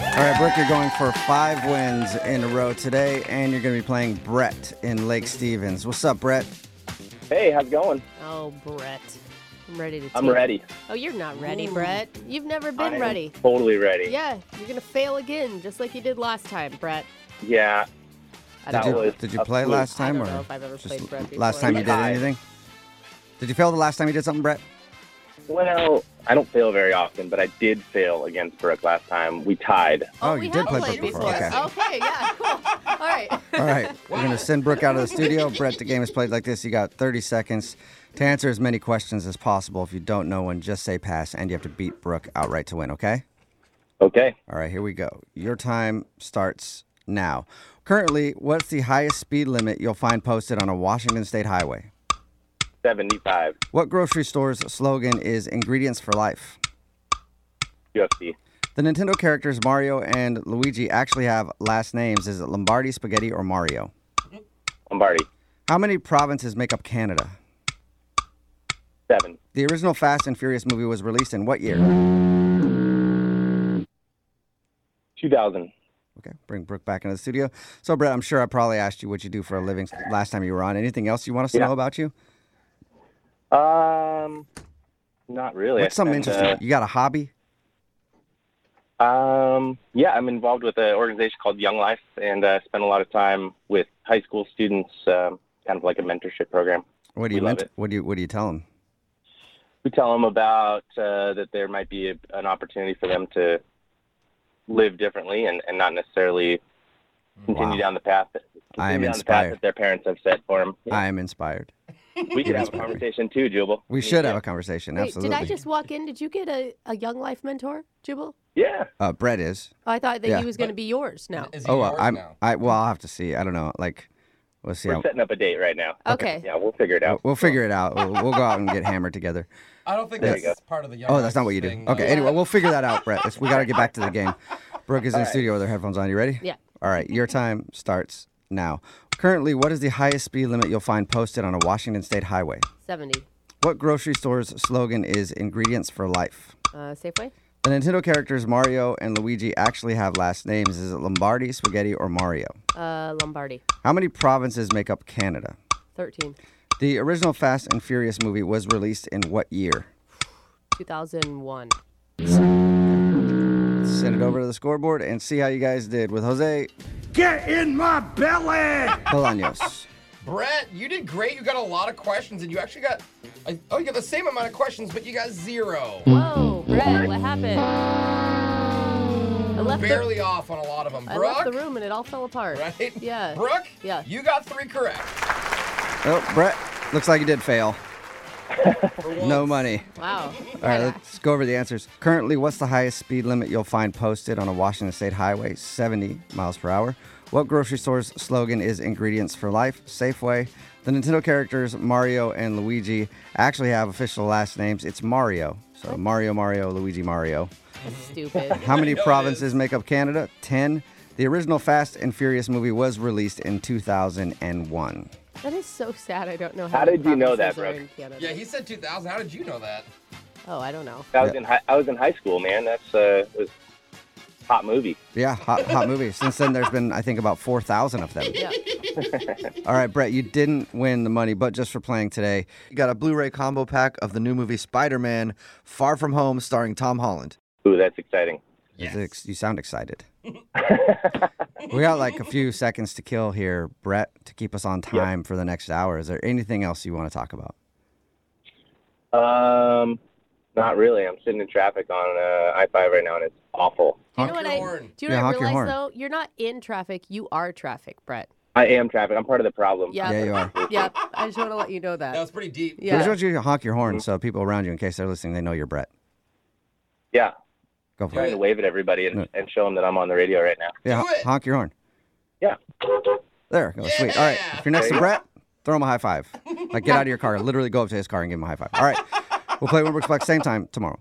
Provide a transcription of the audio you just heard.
All right, Brooke, you're going for five wins in a row today, and you're going to be playing Brett in Lake Stevens. What's up, Brett? Hey, how's it going? Oh, Brett. I'm ready to take I'm ready. Oh, you're not ready, Brett. You've never I been am ready. Totally ready. Yeah, you're going to fail again, just like you did last time, Brett. Yeah. I That don't did, know. was did you a play fluke. last time I don't or know if I've ever just played Brett last before. time you did Hi. anything? Did you fail the last time you did something, Brett? Well, I don't fail very often, but I did fail against Brooke last time. We tied. Oh, Oh, we you did have play played Brett before. before, okay. okay, yeah, cool. All right. All right, we're going to send Brooke out of the studio. Brett, the game is played like this. You got 30 seconds to answer as many questions as possible. If you don't know one, just say pass, and you have to beat Brooke outright to win, okay? Okay. All right, here we go. Your time starts now. Currently, what's the highest speed limit you'll find posted on a Washington State highway? 75 What grocery store's slogan is Ingredients for Life? UFC. The Nintendo characters Mario and Luigi actually have last names. Is it Lombardi, Spaghetti, or Mario? Lombardi. How many provinces make up Canada? Seven. The original Fast and Furious movie was released in what year? 2000. Okay, bring Brooke back into the studio. So, Brett, I'm sure I probably asked you what you do for a living last time you were on. Anything else you want us to Yeah. know about you? Um, not really. What's something And, interesting? you got a hobby? uh, um, yeah, I'm involved with an organization called Young Life, and uh, spend a lot of time with high school students, um, kind of like a mentorship program. What do We you love ment- it. What do you What do you tell them? we tell them about uh, that there might be a, an opportunity for them to live differently and, and not necessarily continue Wow. down the path. That, I am continue down the path inspired. that their parents have set for them. I am inspired. we am could have a inspired. conversation too, Jubal. We should have a conversation. Wait, absolutely. did I just walk in? Did you get a, a Young Life mentor, Jubal? Yeah, Uh, Brett is. Oh, I thought that Yeah. he was going to be yours now. Is he Oh, uh, yours I'm. now? I well, I'll have to see. I don't know. Like, we'll see. we're how- setting up a date right now. Okay. Yeah, we'll figure it out. We'll figure it out. We'll, we'll go out and get hammered together. I don't think There that's you part of the young. Oh, that's not what you do. Lions thing, Okay. though. Anyway, we'll figure that out, Brett. It's- we got to get back to the game. Brooke is in All the right. studio with her headphones on. You ready? Yeah. All right. Your time starts now. Currently, what is the highest speed limit you'll find posted on a Washington State highway? 70. What grocery store's slogan is "Ingredients for Life"? Uh, Safeway? The Nintendo characters Mario and Luigi actually have last names. Is it Lombardi, Spaghetti, or Mario? Uh, Lombardi. How many provinces make up Canada? 13. The original Fast and Furious movie was released in what year? 2001. Send it over to the scoreboard and see how you guys did with Jose Get in my belly! Bolaños. Brett, you did great. You got a lot of questions, and you actually got. I, oh, you got the same amount of questions, but you got zero. Mm-hmm. Whoa, Brett, what happened? I left, the, Barely off on a lot of them. I left the Brooke, room and it all fell apart. right? Yeah. Brooke, Yeah. You got three correct. oh, Brett, looks like you did fail. For No once. money. Wow. All right, let's go over the answers. Currently, what's the highest speed limit you'll find posted on a Washington State highway? 70 miles per hour. What grocery store's slogan is Ingredients for Life? Safeway. The Nintendo characters Mario and Luigi actually have official last names. It's Mario. So Mario, Mario, Luigi, Mario. Stupid. How many know it provinces is. make up Canada? 10. The original Fast and Furious movie was released in 2001. That is so sad. I don't know how. How many did you know provinces that, are Brooke? in Canada. Yeah, he said 2000. How did you know that? Oh, I don't know. I was in high, I was in high school, man. That's uh, it was a hot movie. Yeah, hot, hot movie. Since then, there's been, I think, about 4,000 of them. Yeah. All right, Brett, you didn't win the money, but just for playing today, You got a Blu ray combo pack of the new movie Spider Man Far From Home starring Tom Holland. Ooh, that's exciting. it's ex- you sound excited. we got like a few seconds to kill here, Brett, to keep us on time for the next hour. Is there anything else you want to talk about? Um, not really. I'm sitting in traffic on uh, I-5 right now, and it's awful. Do you know what your I? horn. Do you know Yeah, what honk I your realize horn. though? You're not in traffic. You are traffic, Brett. I am traffic. I'm part of the problem. Uh, Yeah. Yeah, you are. Yep. I just want to let you know That that. was pretty deep. We Yeah. just want you to honk your horn so people around you, in case they're listening, they know you're Brett. Yeah. Go for trying to it. wave at everybody and, and show them that I'm on the radio right now. Yeah, Do it. honk your horn. Yeah. There, go. Sweet. All right. Yeah. If you're next There to you Brett, throw him a high five. Like, get out of your car. Literally go up to his car and give him a high five. All right. We'll play Winbrook's Flex same time tomorrow.